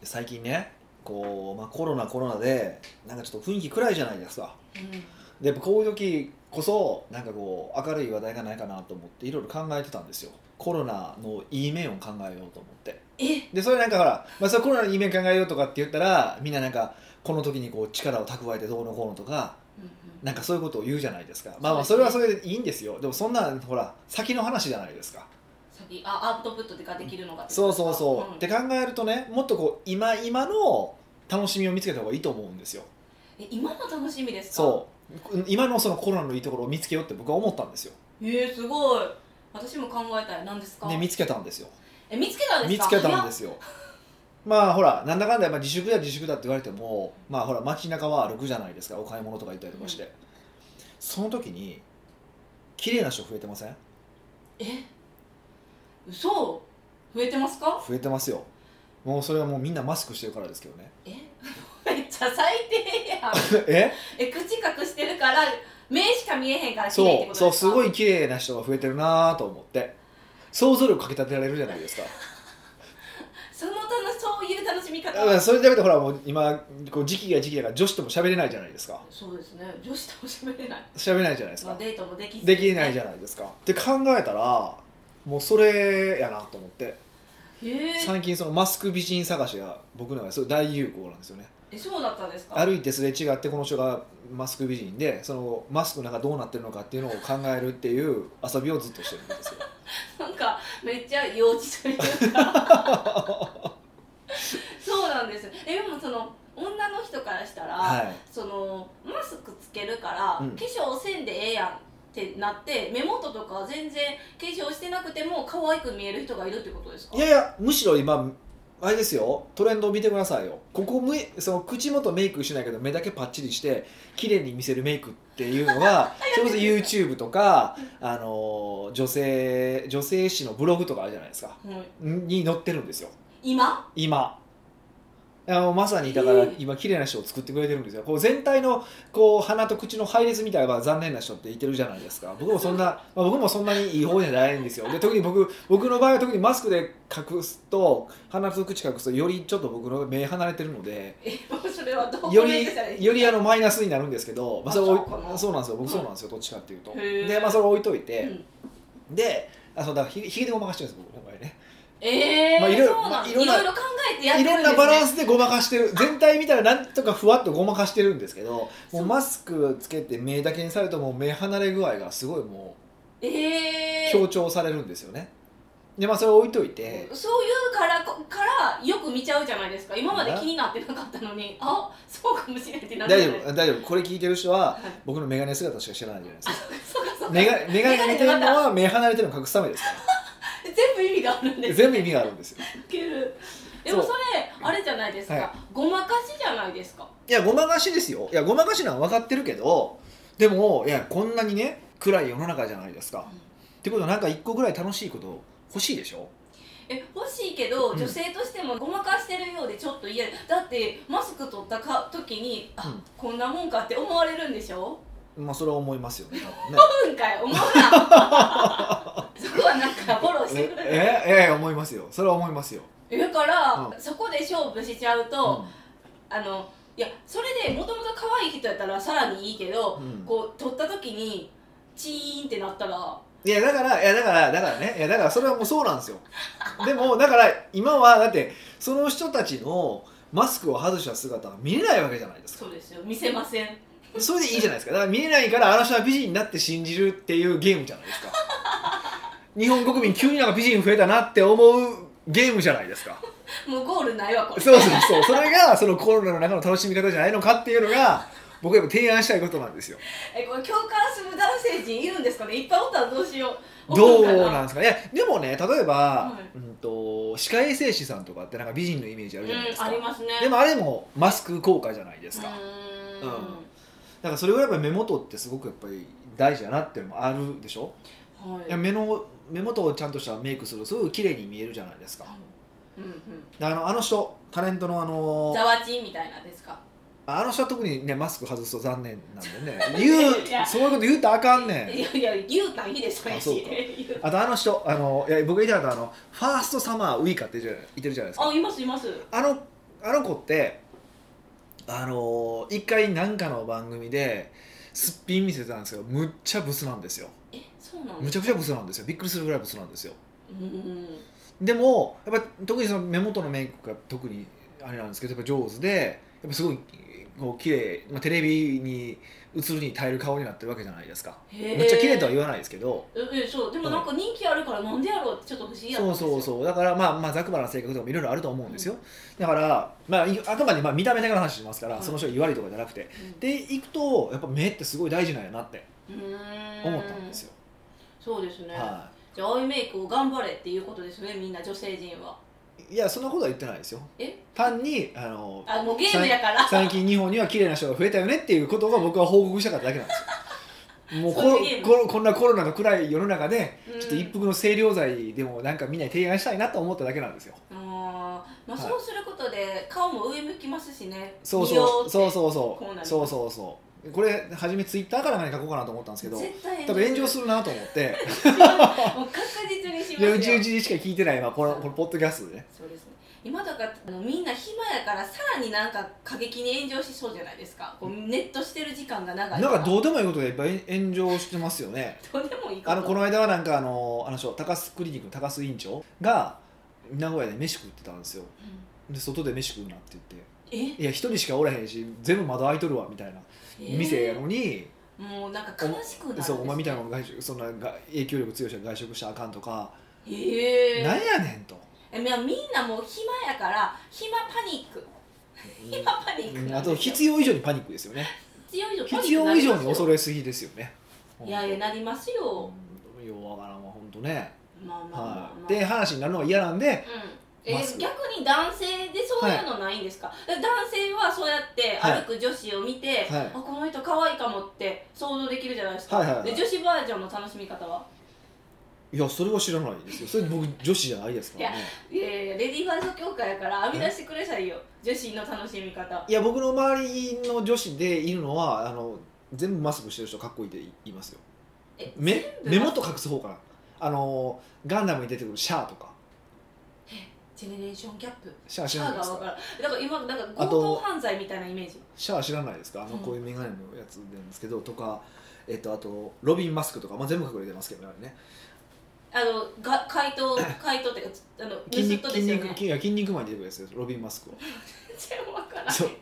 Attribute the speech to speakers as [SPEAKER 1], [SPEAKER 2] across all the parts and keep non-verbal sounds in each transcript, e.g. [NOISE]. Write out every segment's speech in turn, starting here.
[SPEAKER 1] で最近ねこう、まあ、コロナコロナでなんかちょっと雰囲気暗いじゃないですかでやっぱこういう時こそなんかこう明るい話題がないかなと思っていろいろ考えてたんですよコロナのいい面を考えようと思って
[SPEAKER 2] え
[SPEAKER 1] でそれなんかほら、まあ、それコロナのいい面考えようとかって言ったらみんななんかこの時にこう力を蓄えてどうのこうのとかなんかそういうことを言うじゃないですかまあまあそ
[SPEAKER 2] そう
[SPEAKER 1] れ
[SPEAKER 2] で
[SPEAKER 1] は
[SPEAKER 2] す
[SPEAKER 1] そ
[SPEAKER 2] ね
[SPEAKER 1] れでいいんですよでもそんなほら先の話じゃないですか
[SPEAKER 2] 先あアウトプットができるのがってこ
[SPEAKER 1] そ
[SPEAKER 2] と
[SPEAKER 1] う
[SPEAKER 2] ですか
[SPEAKER 1] そうそう、
[SPEAKER 2] ん
[SPEAKER 1] って考えるとねもっとこう今今の楽しみを見つけた方がいいと思うんですよ
[SPEAKER 2] え今の楽しみですか
[SPEAKER 1] そう今のそのコロナのいいところを見つけようって僕は思ったんですよ
[SPEAKER 2] うえー、すごい私も考えたい何ですか
[SPEAKER 1] で見つけたんですよ
[SPEAKER 2] え見つけたんで
[SPEAKER 1] 見
[SPEAKER 2] すか
[SPEAKER 1] つけたんですすよまあほらなんだかんだ、まあ、自粛だ自粛だって言われてもまあほら街中は歩くじゃないですかお買い物とか行ったりとかして、その時に綺麗な人増えてません
[SPEAKER 2] え嘘増えてますか
[SPEAKER 1] 増えてますよもうそれはもうみんなマスクしてるからですけどね
[SPEAKER 2] え [LAUGHS] めっちゃ最低やん
[SPEAKER 1] え
[SPEAKER 2] え口隠してるから目しか見えへんから綺麗って
[SPEAKER 1] そう
[SPEAKER 2] ことです
[SPEAKER 1] そ
[SPEAKER 2] か
[SPEAKER 1] うすごい綺麗な人が増えてるなと思って想像力かきたてられるじゃないですか
[SPEAKER 2] その楽そういう楽しみ方
[SPEAKER 1] だからそれだけでほらもう今こう時期が時期だから女子とも喋れないじゃないですか
[SPEAKER 2] そうですね女子とも喋れない、
[SPEAKER 1] 喋れないじゃないです
[SPEAKER 2] まあ、
[SPEAKER 1] か
[SPEAKER 2] デートもできず
[SPEAKER 1] できないじゃないですかって考えたらもうそれやなと思って
[SPEAKER 2] へー
[SPEAKER 1] 最近そのマスク美人探しが僕の中ですごい大有効なんですよね
[SPEAKER 2] えそうだったんですか
[SPEAKER 1] 歩いてすれ違ってこの人がマスク美人でそのマスクなんかどうなってるのかっていうのを考えるっていう遊びをずっとしてるんですよ
[SPEAKER 2] なんかめっちゃ幼稚というか
[SPEAKER 1] [LAUGHS]
[SPEAKER 2] そうなんですえでもその女の人からしたら、
[SPEAKER 1] はい
[SPEAKER 2] そのマスクつけるから、
[SPEAKER 1] うん
[SPEAKER 2] 化粧せんでええやんってなって目元とか全然化粧してなくても可愛く見える人がいるってことですか
[SPEAKER 1] いやいやむしろ今あれですよトレンドを見てくださいよここむその口元メイクしないけど目だけパッチリして綺麗に見せるメイクっていうのがそれこそ YouTube とかあの女性女性誌のブログとかあるじゃないですか
[SPEAKER 2] うん
[SPEAKER 1] に載ってるんですよ
[SPEAKER 2] 今
[SPEAKER 1] 今あのまさにだから
[SPEAKER 2] えー
[SPEAKER 1] 今綺麗な人を作ってくれてるんですよこう全体のこう鼻と口の配列みたいなのが残念な人っていてるじゃないですか僕もそん
[SPEAKER 2] [LAUGHS]
[SPEAKER 1] な、まあ、僕もそんなにいい方じゃないんですよで特に僕僕の場合は特にマスクで隠すと鼻と口隠すとよりちょっと僕の目離れてるので
[SPEAKER 2] えそれはどう
[SPEAKER 1] よ
[SPEAKER 2] メイ
[SPEAKER 1] り
[SPEAKER 2] クしたらいい
[SPEAKER 1] よりあのマイナスになるんですけど、まあ、それ
[SPEAKER 2] あそうか
[SPEAKER 1] お
[SPEAKER 2] ない
[SPEAKER 1] そうなんですよ僕そうなんですよどっちかっていうと
[SPEAKER 2] へー
[SPEAKER 1] でまあそれ置いというて
[SPEAKER 2] ん
[SPEAKER 1] であそうだからひひげでごまかしてるんです僕今回ね
[SPEAKER 2] えー
[SPEAKER 1] まあいろいろ
[SPEAKER 2] そうなん
[SPEAKER 1] まあ
[SPEAKER 2] い
[SPEAKER 1] い
[SPEAKER 2] ろ
[SPEAKER 1] ろ
[SPEAKER 2] い
[SPEAKER 1] んな
[SPEAKER 2] ろ考えてやって
[SPEAKER 1] い
[SPEAKER 2] るん
[SPEAKER 1] ろ
[SPEAKER 2] で
[SPEAKER 1] んな
[SPEAKER 2] す、ね、
[SPEAKER 1] バランスでごまかしてる全体見たらなんとかふわっとごまかしてるんですけどもうマスクつけて目だけにされるともう目離れ具合がすごいもう
[SPEAKER 2] えー
[SPEAKER 1] 強調されるんですよねでまあそれ置いといて
[SPEAKER 2] そういうからこからよく見ちゃうじゃないですか今まで気になってなかったのにあそうかもしれないってな
[SPEAKER 1] 大
[SPEAKER 2] るじ
[SPEAKER 1] 丈
[SPEAKER 2] ゃないですか
[SPEAKER 1] 夫大丈夫これ聞いてる人は
[SPEAKER 2] はい
[SPEAKER 1] 僕のメガネ姿しか知らないじゃないですか
[SPEAKER 2] [LAUGHS] [LAUGHS] そうかそうか
[SPEAKER 1] メガメガネ似てるのは目離れてるの隠すためですか
[SPEAKER 2] 全部意味があるんで
[SPEAKER 1] ら
[SPEAKER 2] す
[SPEAKER 1] 全部意味があるんですよ
[SPEAKER 2] いけるでも
[SPEAKER 1] そ
[SPEAKER 2] そうれあれじゃないですか、
[SPEAKER 1] はい
[SPEAKER 2] ごまかしじゃないですか
[SPEAKER 1] いやごまかしですよいやごまかしなのは分かってるけどでもいやこんなにね暗い世の中じゃないですかってことはなんか一個ぐらい楽しいこと欲しいでしょ
[SPEAKER 2] え欲しいけど
[SPEAKER 1] うん
[SPEAKER 2] 女性としてもごまかしてるようでちょっと嫌だだってマスク取ったか時にあ、
[SPEAKER 1] うん
[SPEAKER 2] こんなもんかって思われるんでしょ
[SPEAKER 1] まあそれは思いますよね多分ね
[SPEAKER 2] 思うんか
[SPEAKER 1] [LAUGHS]
[SPEAKER 2] い思うなそこはなんかフォロー [LAUGHS] してくれる
[SPEAKER 1] ええええ思いますよそれは思いますよ、
[SPEAKER 2] だから、
[SPEAKER 1] う
[SPEAKER 2] そこで勝負しちゃうと、あのいやそれでもともと可愛い人やったらさらにいいけど、
[SPEAKER 1] うん
[SPEAKER 2] こう取った時にチーンってなったら
[SPEAKER 1] いやだからいやだからだからねいやだからそれはもうそうなんですよでもだから今はだってその人たちのマスクを外した姿は見れないわけじゃないですか
[SPEAKER 2] そうですよ見せません
[SPEAKER 1] それでいいじゃないですかだから見れないからあの人は美人だって信じるっていうゲームじゃないですか日本国民急になんか美人増えたなって思うゲームじゃないですか
[SPEAKER 2] もうゴールないわこれ
[SPEAKER 1] そうそうそうそれがそのコロナの中の楽しみ方じゃないのかっていうのが僕はやっぱ提案したいことなんですよ
[SPEAKER 2] えこれ共感する男性陣いるんですかねいっぱいおったらどうしよう
[SPEAKER 1] どう
[SPEAKER 2] おるんか
[SPEAKER 1] なんですかねいやでもね例えば、
[SPEAKER 2] は
[SPEAKER 1] うん、と歯科衛生士さんとかってなんか美人のイメージあるじゃないです
[SPEAKER 2] うん
[SPEAKER 1] か、
[SPEAKER 2] ありますね
[SPEAKER 1] でもあれもマスク効果じゃないですか、
[SPEAKER 2] う
[SPEAKER 1] だ
[SPEAKER 2] ーん
[SPEAKER 1] からそれぐらいやっぱり目元ってすごくやっぱり大事だなっていうのもあるでしょ、
[SPEAKER 2] はい
[SPEAKER 1] いや目の目元をちゃんとしたメイクするとすごく綺麗に見えるじゃないですか
[SPEAKER 2] うんうん
[SPEAKER 1] あのあの人タレントのあの
[SPEAKER 2] ざわちんみたいなんですか
[SPEAKER 1] あの人は特にねマスク外すと残念なんでね
[SPEAKER 2] [LAUGHS]
[SPEAKER 1] 言うそういうこと言うたらあかんねん
[SPEAKER 2] いやいや牛タンヒデさんや
[SPEAKER 1] あそう
[SPEAKER 2] し
[SPEAKER 1] か
[SPEAKER 2] 言う
[SPEAKER 1] あとあの人あのいや僕が言いたかったのはあのファーストサマーウイカっているじゃないいてるじゃないですか
[SPEAKER 2] あいますいます
[SPEAKER 1] あのあの子ってあのー一回なんかの番組ですっぴん見せてたんですけどむっちゃブスなんですよ
[SPEAKER 2] えそうなん
[SPEAKER 1] む
[SPEAKER 2] です
[SPEAKER 1] ちゃくちゃブスなんですよびっくりするぐらいブスなんですよ
[SPEAKER 2] うん
[SPEAKER 1] でもやっぱり特にその目元のメイクが特にあれなんですけどやっぱ上手でやっぱすごいこう綺麗、まあ、テレビに映るに耐える顔になってるわけじゃないですか、
[SPEAKER 2] へえ
[SPEAKER 1] むっちゃ綺麗とは言わないですけど
[SPEAKER 2] ええそうでもなんか人気あるからなんでやろうってちょっと不思議やったん
[SPEAKER 1] そう
[SPEAKER 2] ですよ
[SPEAKER 1] そうそうだからまあまあざくばらな性格とかもいろいろあると思うんですよ、だから、まあ、いあくまでまあ見た目だけの話しますから、
[SPEAKER 2] うん
[SPEAKER 1] その人が言われとかじゃなくてでいくとやっぱ目ってすごい大事なんやなって
[SPEAKER 2] うんうー
[SPEAKER 1] 思ったんですよ、
[SPEAKER 2] そうですね、
[SPEAKER 1] は、
[SPEAKER 2] じゃあアイメイクを頑張れっていうことですねみんな女性陣はい
[SPEAKER 1] いやそんなことは言ってないですよ
[SPEAKER 2] え
[SPEAKER 1] 単にあの
[SPEAKER 2] あもうゲームやから
[SPEAKER 1] 最近日本には綺麗な人が増えたよねっていうことが僕は報告したかっただけなんですよもうこ
[SPEAKER 2] そういうゲーム
[SPEAKER 1] ここんなコロナの暗い世の中で
[SPEAKER 2] うん
[SPEAKER 1] ちょっと一服の清涼剤でもなんかみんなに提案したいなと思っただけなんですよ
[SPEAKER 2] あーまあ
[SPEAKER 1] はい
[SPEAKER 2] そうすることで顔も上向きますしね
[SPEAKER 1] そう
[SPEAKER 2] 美容っ
[SPEAKER 1] そう
[SPEAKER 2] て
[SPEAKER 1] そうそうそ
[SPEAKER 2] こうなりま
[SPEAKER 1] う
[SPEAKER 2] す
[SPEAKER 1] そうそうそうこれ初めツイッターから何か書こうかなと思ったんですけど
[SPEAKER 2] 絶対
[SPEAKER 1] 多分炎上するなと思って
[SPEAKER 2] もう確実にし
[SPEAKER 1] いやう
[SPEAKER 2] ます
[SPEAKER 1] ち
[SPEAKER 2] よ
[SPEAKER 1] うちしか聞いてない今このこのポッドキャストでね
[SPEAKER 2] そうですね今とかあのみんな暇やからさらになんか過激に炎上しそうじゃないですかこうネットしてる時間が長
[SPEAKER 1] ないん
[SPEAKER 2] ら
[SPEAKER 1] かどうでもいいことでいっぱい炎上してますよね
[SPEAKER 2] どうでもいいこと
[SPEAKER 1] あのこの間はなんかあのあの人高須クリニックの高須院長が名古屋で飯食ってたんですよ
[SPEAKER 2] うん
[SPEAKER 1] で外で飯食うなって言って
[SPEAKER 2] え
[SPEAKER 1] いや一人しかおらへんし全部窓開いとるわみたいな
[SPEAKER 2] えー
[SPEAKER 1] 店やのに、
[SPEAKER 2] もうなんか悲しくなるんです
[SPEAKER 1] そうお前みたいなの外食そんなが影響力強い人が外食したらあかんとか、
[SPEAKER 2] ええ
[SPEAKER 1] なんやねんと、
[SPEAKER 2] えみみんなもう暇やから暇パニック暇パニック
[SPEAKER 1] うん
[SPEAKER 2] なんですよ
[SPEAKER 1] あと必要以上にパニックですよね
[SPEAKER 2] 必要以上パニック
[SPEAKER 1] 必要以上に恐
[SPEAKER 2] る
[SPEAKER 1] れすぎですよね
[SPEAKER 2] いやいやなりますよ
[SPEAKER 1] うんようわからんわほんとね、
[SPEAKER 2] まあまあまあ、ま
[SPEAKER 1] は
[SPEAKER 2] あ
[SPEAKER 1] い、で話になるのが嫌なんで
[SPEAKER 2] うんえ
[SPEAKER 1] マスク
[SPEAKER 2] 逆に男性でそういうのないんですか、え男性はそうやって歩く女子を見て、
[SPEAKER 1] はい
[SPEAKER 2] あこの人可愛いかもって想像できるじゃないですか、
[SPEAKER 1] はいはいはい
[SPEAKER 2] で女子バージョンの楽しみ方はい
[SPEAKER 1] やそれは知らないですよそれ僕女子じゃないですからね
[SPEAKER 2] いやいやいやレディーファースト協会やから編み出してくれさいよ女子の楽しみ方
[SPEAKER 1] いや僕の周りの女子でいるのはあの全部マスクしてる人かっこいいって言いますよ
[SPEAKER 2] え
[SPEAKER 1] 目
[SPEAKER 2] 全部
[SPEAKER 1] 目元隠す方かなあのガンダムに出てくるシャアとか
[SPEAKER 2] ジェネレーションギャップ
[SPEAKER 1] シャア知
[SPEAKER 2] シ
[SPEAKER 1] らな
[SPEAKER 2] ャア
[SPEAKER 1] い
[SPEAKER 2] が
[SPEAKER 1] です
[SPEAKER 2] 分
[SPEAKER 1] か
[SPEAKER 2] からんだから今なんか
[SPEAKER 1] あ
[SPEAKER 2] 強
[SPEAKER 1] と
[SPEAKER 2] 盗犯罪みたいなイメージ
[SPEAKER 1] シャア知らないですかあの
[SPEAKER 2] うん
[SPEAKER 1] こういう眼鏡のやつなんですけど、とか、えっと、あとロビン・マスクとか、まあ、全部隠れてますけどねあれね
[SPEAKER 2] あのが怪
[SPEAKER 1] [COUGHS]
[SPEAKER 2] 盗怪盗っていうかあの
[SPEAKER 1] 筋
[SPEAKER 2] 盗
[SPEAKER 1] 肉
[SPEAKER 2] っ人
[SPEAKER 1] 筋
[SPEAKER 2] ですよ
[SPEAKER 1] 肉
[SPEAKER 2] ね
[SPEAKER 1] 筋いや筋肉マンに出てくるやつですよロビン・マ
[SPEAKER 2] [LAUGHS]
[SPEAKER 1] スクは
[SPEAKER 2] 全然分からん
[SPEAKER 1] そう
[SPEAKER 2] ぜ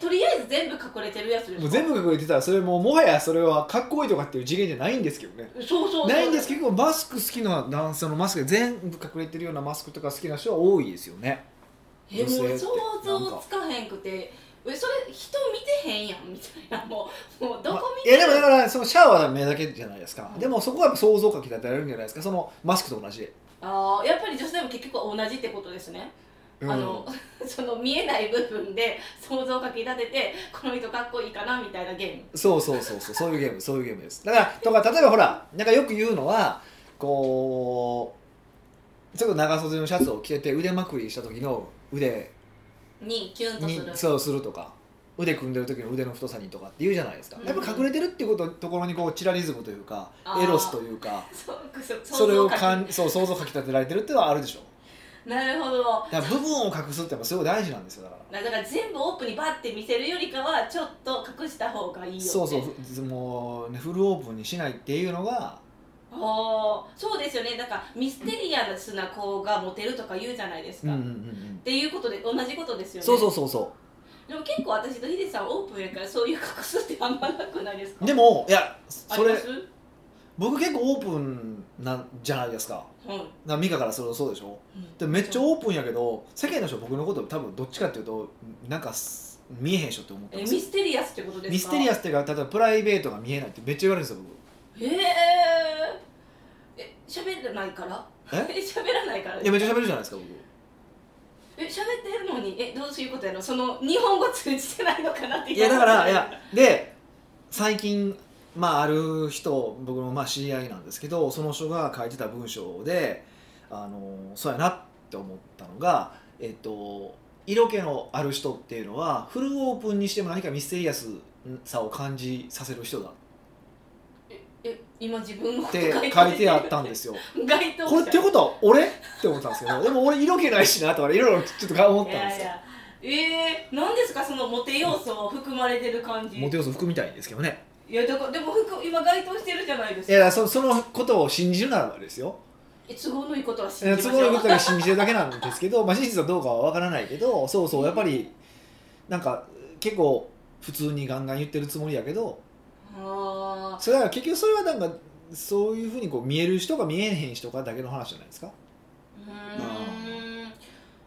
[SPEAKER 2] とりあえず全部隠れてるやつですか
[SPEAKER 1] もう全部隠れてたらそれもうもはやそれはかっこいいとかっていう次元じゃないんですけどね
[SPEAKER 2] そうそうそう
[SPEAKER 1] ないんですけどマスク好きな男性のマスク全部隠れてるようなマスクとか好きな人は多いですよね
[SPEAKER 2] え
[SPEAKER 1] 女性
[SPEAKER 2] も
[SPEAKER 1] って
[SPEAKER 2] う想像つかへんくてえそれ人見てへんやんみたいな [LAUGHS] もうもうどこ見
[SPEAKER 1] まあ [LAUGHS]
[SPEAKER 2] て
[SPEAKER 1] いやでもだからそのシャアは目だけじゃないですか、
[SPEAKER 2] うん
[SPEAKER 1] でもそこはやっぱ想像かき立てられるんじゃないですかそのマスクと同じで、
[SPEAKER 2] あーやっぱり女性も結局同じってことですね、
[SPEAKER 1] うん
[SPEAKER 2] あの [LAUGHS] その見えない部分で想像をかき立ててこの人かっこいいかなみたいなゲーム
[SPEAKER 1] そうそうそうそうそういうゲームそういうゲームですだからとか例えばほらなんかよく言うのはこうちょっと長袖のシャツを着てて腕まくりした時の腕
[SPEAKER 2] にキュンと
[SPEAKER 1] に
[SPEAKER 2] する
[SPEAKER 1] そうするとか腕組んでる時の腕の太さにとかって言うじゃないですか、
[SPEAKER 2] うん
[SPEAKER 1] やっぱ隠れてるっていうことところにこうチラリズムというか
[SPEAKER 2] あー
[SPEAKER 1] エロスというか
[SPEAKER 2] そうそう
[SPEAKER 1] それを
[SPEAKER 2] 想像
[SPEAKER 1] か
[SPEAKER 2] か
[SPEAKER 1] んそう想像かき立てられてるっていうのはあるでしょ
[SPEAKER 2] きなるほど
[SPEAKER 1] だから部分を隠すってやっぱすごい大事なんですよだから。
[SPEAKER 2] だから全部オープンにバッて見せるよりかはちょっと隠した方がいいよって
[SPEAKER 1] そうそうもうねフルオープンにしないっていうのが
[SPEAKER 2] あーそうですよねだからミステリアスな子がモテるとか言うじゃないですか、っ
[SPEAKER 1] ん
[SPEAKER 2] ていうことで同じことですよね
[SPEAKER 1] そうそうそうそ
[SPEAKER 2] でも結構私とヒデさんオープンやからそういう隠すってあんまなくないですか
[SPEAKER 1] うでもいやそ
[SPEAKER 2] あ
[SPEAKER 1] れ
[SPEAKER 2] ります
[SPEAKER 1] 僕結構オープンなんじゃないですか
[SPEAKER 2] うん
[SPEAKER 1] なミカからするとそうでしょ
[SPEAKER 2] うん
[SPEAKER 1] でめっちゃオープンやけど世間の人は僕のこと多分どっちかっていうとなんかす見えへん人って思って
[SPEAKER 2] え
[SPEAKER 1] ま
[SPEAKER 2] ミ
[SPEAKER 1] す
[SPEAKER 2] ステリアスってことですか
[SPEAKER 1] ミステリア
[SPEAKER 2] ス
[SPEAKER 1] スっていうか例えばプライベートが見えないってめっちゃ言われるんですよ
[SPEAKER 2] へええ喋らないから
[SPEAKER 1] え
[SPEAKER 2] [LAUGHS] 喋らないから
[SPEAKER 1] 僕いやめっちゃ喋るじゃないですか
[SPEAKER 2] え喋ってるのにえどういうことやのその日本語通じてないのかなって
[SPEAKER 1] 僕
[SPEAKER 2] い
[SPEAKER 1] いやだからいや
[SPEAKER 2] う
[SPEAKER 1] で最近まあある人僕のまあ知り合いなんですけどその人が書いてた文章であのそうやなって思ったのがえっと色気のある人っていうのはフルオープンにしても何かミステリアスさを感じさせる人だ
[SPEAKER 2] え今自分のこ
[SPEAKER 1] っ
[SPEAKER 2] と
[SPEAKER 1] て書いてあったんですよ。
[SPEAKER 2] 該当者
[SPEAKER 1] これってことは俺って思ったんですけどでも俺色気ないしなとかいろいろちょっと思っ
[SPEAKER 2] い
[SPEAKER 1] たんで
[SPEAKER 2] や
[SPEAKER 1] す
[SPEAKER 2] い
[SPEAKER 1] よ。
[SPEAKER 2] やえー、何ですかそのモテ要素含まれてる感じ
[SPEAKER 1] モテ要素含みたいんですけどね
[SPEAKER 2] いやだからでも服今該当してるじゃないです
[SPEAKER 1] い
[SPEAKER 2] か
[SPEAKER 1] やそそのことを信じるならばですよ
[SPEAKER 2] え都合のいいことは信じ
[SPEAKER 1] え
[SPEAKER 2] ま
[SPEAKER 1] 都
[SPEAKER 2] しょう
[SPEAKER 1] 合のいいことだけ信じてるだけなんですけど、まあ、事実はどうかは分からないけどそうそうやっぱりなんか結構普通にガンガン言ってるつもりやけど
[SPEAKER 2] あ
[SPEAKER 1] それは結局それはなんかそういうふうにこう見える人か見えへん人かだけの話じゃないですか
[SPEAKER 2] ーうーん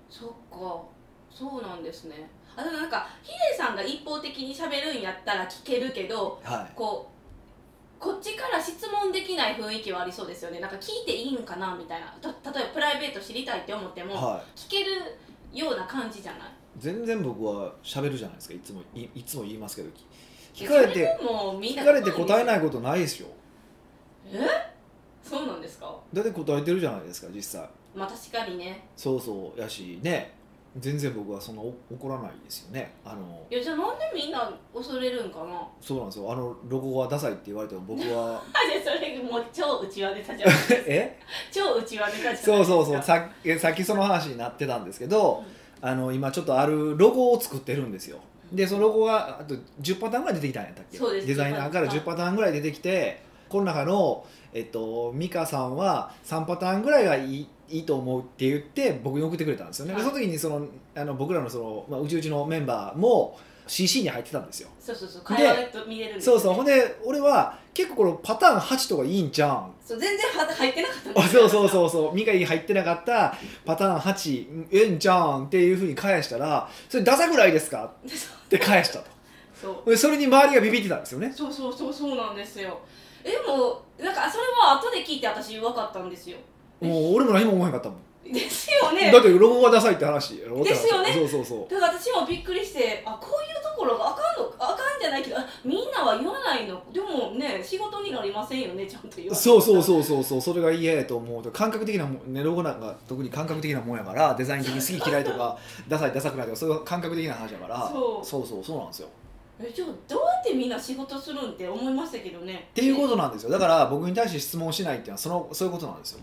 [SPEAKER 2] そっかそうなんですねあでもなんかヒデさんが一方的に喋るんやったら聞けるけど
[SPEAKER 1] はい
[SPEAKER 2] こうこっちから質問できない雰囲気はありそうですよねなんか聞いていいんかなみたいなた例えばプライベート知りたいって思っても
[SPEAKER 1] は
[SPEAKER 2] 聞けるような感じじゃない
[SPEAKER 1] い全然僕は喋るじゃないですかいつもいいつも言いますけど聞聞
[SPEAKER 2] いや
[SPEAKER 1] かれ
[SPEAKER 2] それ
[SPEAKER 1] て
[SPEAKER 2] でもみんな
[SPEAKER 1] 聞かれて答えないいことないですよ
[SPEAKER 2] えそうなんですか
[SPEAKER 1] だって答えてるじゃないですか実際
[SPEAKER 2] まあ確かにね
[SPEAKER 1] そうそうやしね全然僕はそんなお怒らないですよねあの
[SPEAKER 2] いやじゃあなんでみんな恐れるんかなあ
[SPEAKER 1] そうなんですよあのロゴはダサいって言われても僕
[SPEAKER 2] [LAUGHS]
[SPEAKER 1] は
[SPEAKER 2] でそれもう超内輪ネ
[SPEAKER 1] [LAUGHS]
[SPEAKER 2] タじゃない
[SPEAKER 1] え
[SPEAKER 2] 超内輪ネタじゃないですか
[SPEAKER 1] そうそうそうさっえさっきその話になってたんですけど、あの今ちょっとあるロゴを作ってるんですよでそのロゴがあと10パターンぐらい出てきたんやったっけ
[SPEAKER 2] そうです
[SPEAKER 1] デザイナーから10パターンぐらい出てきてこの中の、えっと、美香さんは3パターンぐらいがいいいいと思うって言って僕に送ってくれたんですよね、
[SPEAKER 2] はい
[SPEAKER 1] でその時にそのあの僕らのその、まあ、うちうちのメンバーも CC に入ってたんですよ
[SPEAKER 2] そうそうそう
[SPEAKER 1] で
[SPEAKER 2] 会話と見れるんです
[SPEAKER 1] そ
[SPEAKER 2] よ
[SPEAKER 1] うそうほんで俺は結構このパターン8とかいいんじゃん
[SPEAKER 2] そう全然は入ってなかったんで
[SPEAKER 1] あ
[SPEAKER 2] すよ
[SPEAKER 1] そうそうそうそうミカに入ってなかったパターン8うんええんじゃんっていうふうに返したらそれダサくないですかって返したと
[SPEAKER 2] そう
[SPEAKER 1] でそれに周りがビビってたんですよね
[SPEAKER 2] そうそうそうそうなんですよえでもなんかそれは後で聞いて私分かったんですよ
[SPEAKER 1] もう俺も何も思わへんかったもん、
[SPEAKER 2] ですよね
[SPEAKER 1] だってロゴがダサいって話やろ
[SPEAKER 2] ですよね
[SPEAKER 1] そうそうそ
[SPEAKER 2] だから私もびっくりしてあこういうところがあかんのあかんじゃないけどあみんなは言わないのでもね仕事になりませんよねちゃんと言わな
[SPEAKER 1] う
[SPEAKER 2] い
[SPEAKER 1] そうそう
[SPEAKER 2] う
[SPEAKER 1] そうそうそうそれが嫌やと思うと感覚的なもんねロゴなんか特に感覚的なもんやからデザイン的に好き嫌いとかダサいダサくないとかそういう感覚的な話やから
[SPEAKER 2] そう
[SPEAKER 1] そうそうそうなんですよ
[SPEAKER 2] えじゃあどうやってみんな仕事するんって思いましたけどね
[SPEAKER 1] っていうこととなんですよだから僕に対して質問をしないっていうのはそのそういうことなんですよ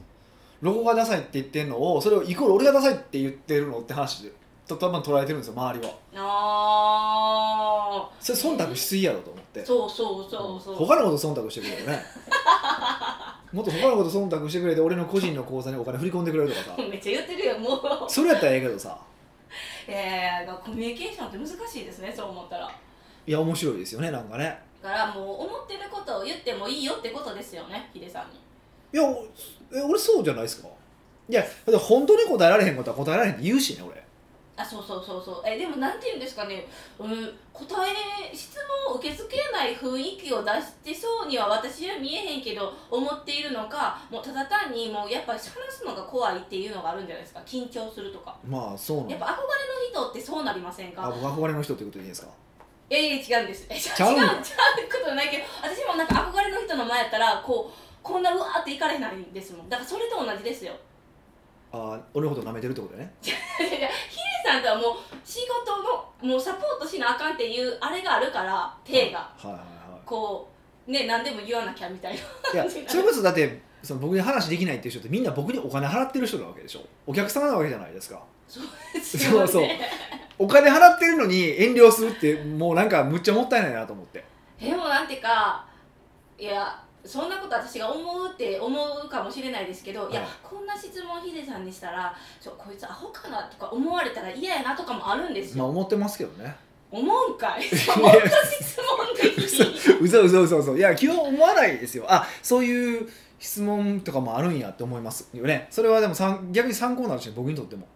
[SPEAKER 1] ロゴがダサいって言ってるのをそれをイコール俺がダサいって言ってるのって話でと多分捉えてるんですよ周りは
[SPEAKER 2] あ
[SPEAKER 1] それ忖度しすぎやろと思って
[SPEAKER 2] あそうそうそうそう
[SPEAKER 1] 他のこと忖度してくれよねもっと他のこと忖度してくれて俺の個人の口座にお金振り込んでくれるとか
[SPEAKER 2] [LAUGHS] めっちゃ言ってるよもう [LAUGHS]
[SPEAKER 1] さそれやったらええけどさ
[SPEAKER 2] えー、コミュニケーションって難しいですねそう思ったら
[SPEAKER 1] いや面白いですよねなんかね
[SPEAKER 2] だからもう思ってることを言ってもいいよってことですよねヒデさんに
[SPEAKER 1] いやおえ俺そうじゃないですかいやだって本当に答えられへんことは答えられへんって言うしね俺
[SPEAKER 2] あそうそうそうそうえでもなんて言うんですかね、うん、答え質問を受け付けない雰囲気を出してそうには私は見えへんけど思っているのかもうただ単にもうやっぱり話すのが怖いっていうのがあるんじゃないですか緊張するとか
[SPEAKER 1] まあそうな
[SPEAKER 2] やっ
[SPEAKER 1] の
[SPEAKER 2] ぱ憧れの人ってそうなりません
[SPEAKER 1] あ
[SPEAKER 2] か
[SPEAKER 1] 僕憧れの人ってことでいいですか
[SPEAKER 2] いやいや違うんですえ
[SPEAKER 1] ちゃう
[SPEAKER 2] 違う
[SPEAKER 1] の
[SPEAKER 2] 違うことないけど私もなんか憧れの人の前やったらこうこんなうわーっていかれないんですもんだからそれと同じですよ
[SPEAKER 1] あ俺のこと舐めてるってことだよね
[SPEAKER 2] [LAUGHS] いやいやヒデさんとはもう仕事のもうサポートしなあかんっていうあれがあるから手が
[SPEAKER 1] はいはいは
[SPEAKER 2] こうね何でも言わなきゃみたいない
[SPEAKER 1] いやそれこそだってその僕に話できないっていう人ってみんな僕にお金払ってる人なわけでしょお客様なわけじゃないですかそうそうお金払ってるのに遠慮するってもうなんかむっちゃもったいないなと思って
[SPEAKER 2] [LAUGHS] でもなんていうかいやそんなこと私が思うって思うかもしれないですけど、い、や
[SPEAKER 1] はい
[SPEAKER 2] こんな質問ヒデさんにしたらちょこいつアホかなとか思われたら嫌やなとかもあるんです
[SPEAKER 1] まあ
[SPEAKER 2] よ、
[SPEAKER 1] 思ってますけどね
[SPEAKER 2] 思う
[SPEAKER 1] [LAUGHS]
[SPEAKER 2] んかいそんな質問で
[SPEAKER 1] 嘘
[SPEAKER 2] き
[SPEAKER 1] 嘘嘘嘘嘘いや基本思わないですよあそういう質問とかもあるんやって思いますよねそれはでも参逆に参考になるし僕にとっても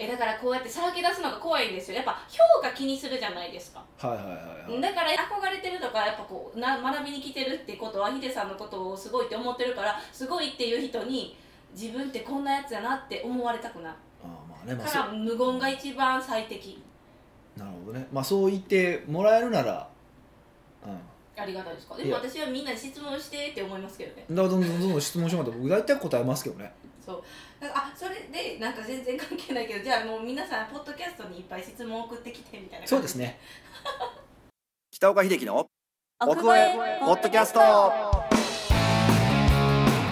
[SPEAKER 2] えだからこうやってさらけ出すのが怖いんですよやっぱ評価気にするじゃないですか
[SPEAKER 1] はいはいはいはい
[SPEAKER 2] だから憧れてるとかやっぱこうな学びに来てるってことはヒデさんのことをすごいって思ってるからすごいっていう人に自分ってこんなやつやなって思われたくない
[SPEAKER 1] あーまあねまあ
[SPEAKER 2] か
[SPEAKER 1] そう
[SPEAKER 2] ら無言が一番最適
[SPEAKER 1] なるほどねまあそう言ってもらえるならうん
[SPEAKER 2] ありがたいですかで
[SPEAKER 1] い
[SPEAKER 2] も
[SPEAKER 1] や
[SPEAKER 2] 私はみんなに質問してって思いますけどね
[SPEAKER 1] だからどんどんどんどん質問してもらって僕大体答えますけどね
[SPEAKER 2] そうなんかあそれでなんか全然関係ないけどじゃあもう皆さんポッドキャストにいっぱい質問送ってきてみたいな
[SPEAKER 1] そうですね
[SPEAKER 3] 北岡秀樹の奥越えポッドキャスト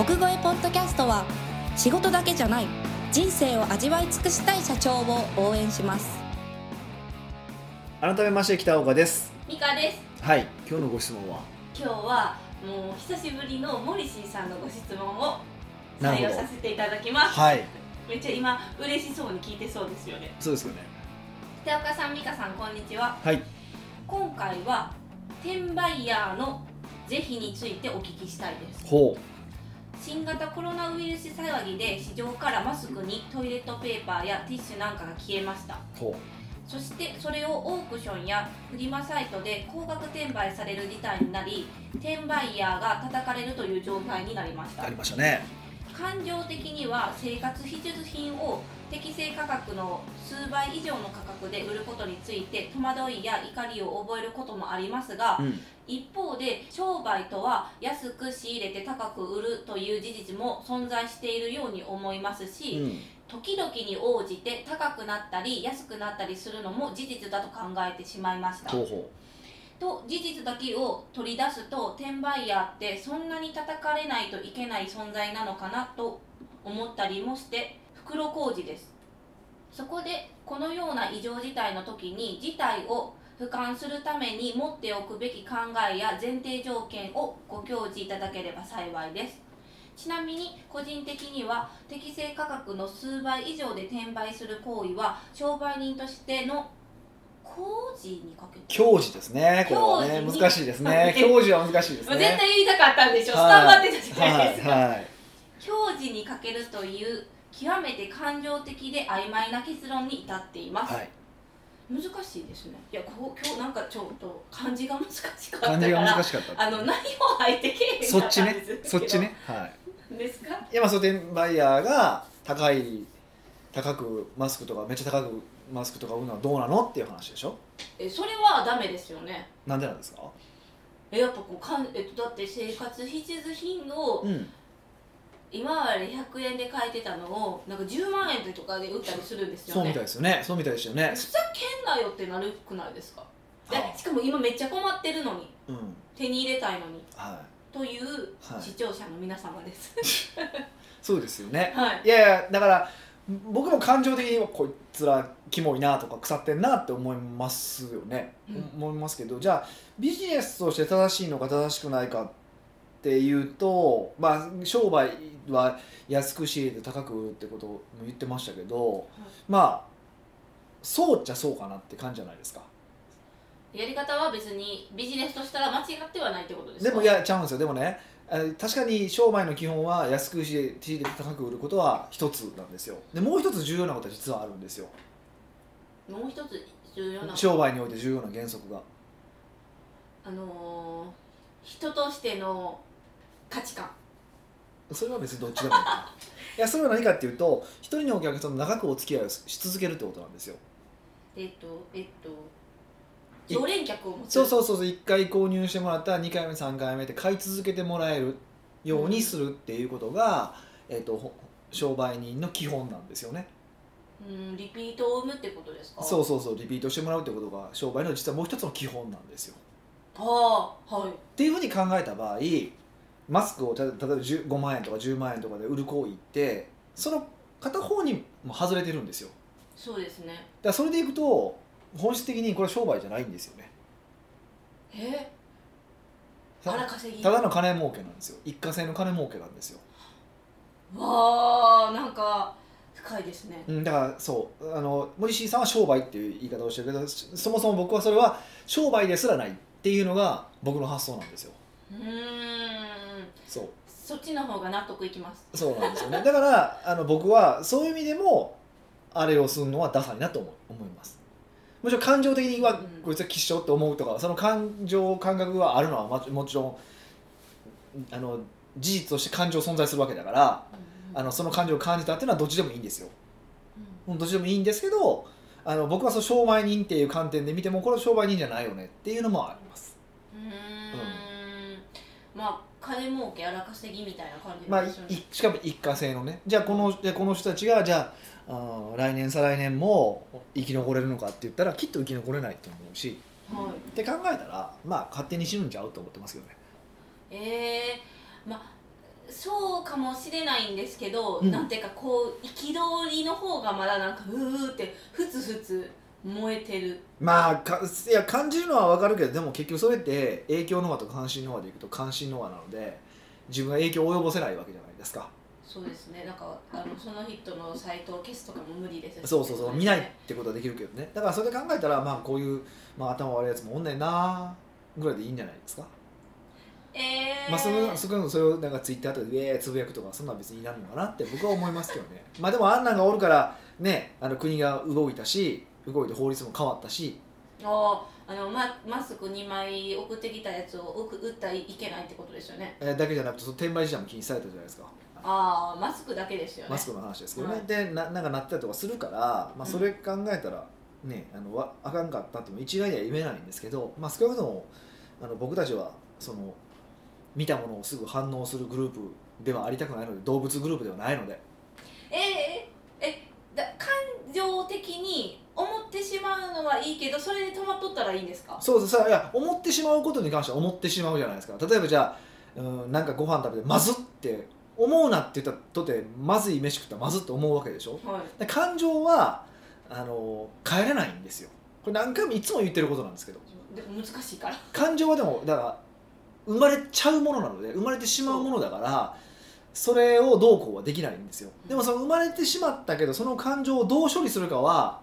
[SPEAKER 4] 奥越えポッドキャストは仕事だけじゃない人生を味わい尽くしたい社長を応援します
[SPEAKER 1] 改めまして北岡です
[SPEAKER 2] ミカです
[SPEAKER 1] はい今日のご質問は
[SPEAKER 2] 今日はもう久しぶりのモリシーさんのご質問を採用させていただきます
[SPEAKER 1] はい
[SPEAKER 2] めっちゃ今嬉しそうに聞いてそうですよね
[SPEAKER 1] そうですよね
[SPEAKER 2] 北岡さん美香さんこんにちは
[SPEAKER 1] はい
[SPEAKER 2] 今回は転売ヤーの是非についてお聞きしたいです
[SPEAKER 1] ほ
[SPEAKER 2] 新型コロナウイルス騒ぎで市場からマスクにトイレットペーパーやティッシュなんかが消えました
[SPEAKER 1] うほ
[SPEAKER 2] そしてそれをオークションやフリマサイトで高額転売される事態になり転売ヤーが叩かれるという状態になりまし
[SPEAKER 1] う
[SPEAKER 2] た
[SPEAKER 1] ありましたね
[SPEAKER 2] 感情的には生活必需品を適正価格の数倍以上の価格で売ることについて戸惑いや怒りを覚えることもありますが、
[SPEAKER 1] うん
[SPEAKER 2] 一方で商売とは安く仕入れて高く売るという事実も存在しているように思いますし、
[SPEAKER 1] うん
[SPEAKER 2] 時々に応じて高くなったり安くなったりするのも事実だと考えてしまいました
[SPEAKER 1] ほうほ
[SPEAKER 2] と事実だけを取り出すと転売ヤーってそんなに叩かれないといけない存在なのかなと思ったりもして袋小路ですそこでこのような異常事態の時に事態を俯瞰するために持っておくべき考えや前提条件をご教示いただければ幸いですちなみに個人的には適正価格の数倍以上で転売する行為は商売人としての工事にかけて
[SPEAKER 1] う教授ですねこれはね
[SPEAKER 2] 教授
[SPEAKER 1] 難しいですね教授は難しいです
[SPEAKER 2] まあ
[SPEAKER 1] ね
[SPEAKER 2] 絶対言いたかったんでしょ、
[SPEAKER 1] はい
[SPEAKER 2] スタンバってたじゃないですか、
[SPEAKER 1] はいはい
[SPEAKER 2] 表示にかけるという極めて感情的で曖昧な結論に至っています、
[SPEAKER 1] はい
[SPEAKER 2] 難しいですねいやこう今日なんかちょっと漢字が難しかったから
[SPEAKER 1] 漢字が難しかった
[SPEAKER 2] あの内容入ってけえへん
[SPEAKER 1] そ
[SPEAKER 2] か
[SPEAKER 1] っ
[SPEAKER 2] っ
[SPEAKER 1] ち
[SPEAKER 2] たん
[SPEAKER 1] ね
[SPEAKER 2] ですけど
[SPEAKER 1] そっちねはい
[SPEAKER 2] ですか
[SPEAKER 1] 今そう転売ヤーが高い高くマスクとかめっちゃ高くマスクとか売るのはどうなのっていう話でしょ
[SPEAKER 2] えそれはダメですよね
[SPEAKER 1] なんでなんですか
[SPEAKER 2] えやっぱこうかん、えっと、だって生活必需品を
[SPEAKER 1] うん
[SPEAKER 2] 今まで100円で買えてたのをなんか10万円とかで売ったりするんです
[SPEAKER 1] そ
[SPEAKER 2] よ
[SPEAKER 1] うみ
[SPEAKER 2] ね
[SPEAKER 1] たいですよねそうみたいでしたよね
[SPEAKER 2] ふざけんなよってなるくないですかで
[SPEAKER 1] は
[SPEAKER 2] しかも今めっちゃ困ってるのに
[SPEAKER 1] うん
[SPEAKER 2] 手に入れたいのに
[SPEAKER 1] は
[SPEAKER 2] という
[SPEAKER 1] はい
[SPEAKER 2] 視聴者の皆様です。 [LAUGHS]
[SPEAKER 1] いそうですよね
[SPEAKER 2] はい。
[SPEAKER 1] いやいやだから僕も感情的にこいつらキモいなとか腐ってんなって思いますよね、
[SPEAKER 2] うん
[SPEAKER 1] 思いますけどじゃあビジネスとして正しいのか正しくないかっていうとまあ商売は安く仕入れて高く売るってことも言ってましたけど、まあそうっちゃそうかなって感じじゃないですか
[SPEAKER 2] やり方は別にビジネスとしたら間違ってはないってことですか
[SPEAKER 1] でもいやちゃうんですよでもねあの確かに商売の基本は安く仕入れ仕入れて高く売ることは一つなんですよでもう一つ重要なことは実はあるんですよ
[SPEAKER 2] もう一つ重要な
[SPEAKER 1] 商売において重要な原則が
[SPEAKER 2] あのー人としての価値観。
[SPEAKER 1] それは別にどっちでもいいいやそれは何かっていうと一人のお客さんと長くお付き合いをし続けるってことなんですよ
[SPEAKER 2] えっとえっと
[SPEAKER 1] い
[SPEAKER 2] 常連客を持つ。
[SPEAKER 1] そうそうそうそう1回購入してもらったら2回目3回目って買い続けてもらえるようにするっていうことが、えっとほ商売人の基本なんですよね
[SPEAKER 2] うんリピートを生むってことですか。。
[SPEAKER 1] そううそうそうリピートしてもらうってことが商売の実はもう一つの基本なんですよ。
[SPEAKER 2] ああはい。
[SPEAKER 1] っていうふうに考えた場合マスクをた例えば10 5万円とか10万円とかで売る行為ってその片方にも外れてるんですよ。だ
[SPEAKER 2] そうですね。
[SPEAKER 1] からそれでいくと本質的にこれは商売じゃないんですよね。
[SPEAKER 2] えー、
[SPEAKER 1] た
[SPEAKER 2] あら稼ぎ。
[SPEAKER 1] ただの金儲けなんですよ。一過性の金儲けなんですよ。
[SPEAKER 2] わあなんか深いですね。
[SPEAKER 1] うん、だからそうあの森進さんは商売っていう言い方をしてるけどそそもそも僕はそれは商売ですらないっていうのが僕の発想なんですよ。
[SPEAKER 2] うーん
[SPEAKER 1] そう
[SPEAKER 2] そっちの方が納得いきます。
[SPEAKER 1] そうなんですよねだからあの僕はそういう意味でもあれをするのはダサいなと思う思いますもちろん感情的には
[SPEAKER 2] うん
[SPEAKER 1] こいつは吉祥って思うとかその感情感覚があるのはまもちろんあの事実として感情存在するわけだからあのその感情を感じたっていうのはどっちでもいいんですよ
[SPEAKER 2] うん
[SPEAKER 1] どっちでもいいんですけどあの僕はその商売人っていう観点で見てもこれは商売人じゃないよねっていうのもあります
[SPEAKER 2] うーんまあ金儲け荒稼ぎみたいな感じ
[SPEAKER 1] まあ、
[SPEAKER 2] で
[SPEAKER 1] い
[SPEAKER 2] すよね、
[SPEAKER 1] しかも一過性のねじゃあこのじゃあこの人たちがじゃああー来年再来年も生き残れるのかって言ったらきっと生き残れないと思うし
[SPEAKER 2] はい
[SPEAKER 1] って考えたらまあ勝手に死ぬんちゃうと思ってますけどね
[SPEAKER 2] えー、まあそうかもしれないんですけど、
[SPEAKER 1] うん
[SPEAKER 2] なんていうかこう憤りの方がまだなんかうーってふつふつ燃えてる
[SPEAKER 1] まあかいや感じるのは分かるけどでも結局それって影響の輪と関心の輪でいくと関心の輪なので自分が影響を及ぼせないわけじゃないですか
[SPEAKER 2] そうですねなんかあのその人のサイトを消すとかも無理ですし
[SPEAKER 1] そうそうそう見ないってことはできるけどねだからそれで考えたらまあこういう、まあ、頭悪いやつもおんねんなぐらいでいいんじゃないですか、
[SPEAKER 2] えー、
[SPEAKER 1] まあそのそこのそれをなんかツイッターとかでウェーつぶやくとかそんなん別にいらんのかなって僕は思いますけどね [LAUGHS] まあでもあんなんがおるからねあの国が動いたし動いて法律も変わったし
[SPEAKER 2] おあのママスク2枚送ってきたやつを送打ったらいけないってことですよね
[SPEAKER 1] えーだけじゃなくてその転売自体も禁止されたじゃないですか
[SPEAKER 2] ああマスクだけですよね
[SPEAKER 1] マスクの話ですけどね、
[SPEAKER 2] はい
[SPEAKER 1] でななんかなったりとかするから、まあ、それ考えたらね、あのわあかんかったとも一概には言えないんですけど、まあ、少なくともあの僕たちはその見たものをすぐ反応するグループではありたくないので動物グループではないので
[SPEAKER 2] えー、えだ感情的に思ってしまうのはいいけどそれで止まっとったらいいんですか
[SPEAKER 1] そうそうそういや思ってしまうことに関しては思ってしまうじゃないですか例えばじゃあうんなんかご飯食べてまずって思うなって言ったとてまずい飯食ったらまずって思うわけでしょ
[SPEAKER 2] はい
[SPEAKER 1] で感情はあの変えれないんですよこれ何回もいつも言ってることなんですけど
[SPEAKER 2] でも難しいから
[SPEAKER 1] 感情はでもだから生まれちゃうものなので生まれてしまうものだからそれをどうこうはできないんですよでもその生まれてしまったけどその感情をどう処理するかは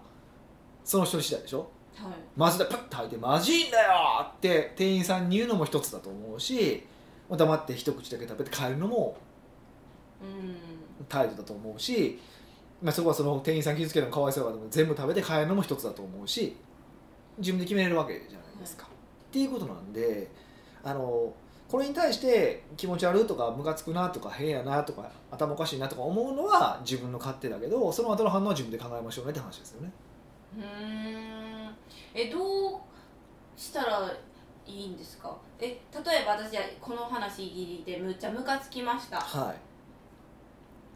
[SPEAKER 1] その人次第でしょ
[SPEAKER 2] はい
[SPEAKER 1] マジでパッと吐いて「マジいんだよ!」って店員さんに言うのも一つだと思うし黙って一口だけ食べて帰るのも
[SPEAKER 2] うん
[SPEAKER 1] 態度だと思うし、まあ、そこはその店員さん傷つけるのかわいそうだから全部食べて帰るのも一つだと思うし自分で決めれるわけじゃないですか。っていうことなんであのこれに対して気持ち悪いとかムカつくなとか変やなとか頭おかしいなとか思うのは自分の勝手だけどその後の反応は自分で考えましょうねって話ですよね。
[SPEAKER 2] うーんえどうしたらいいんですかえ例えば私はこの話聞いてむっちゃムカつきました
[SPEAKER 1] はい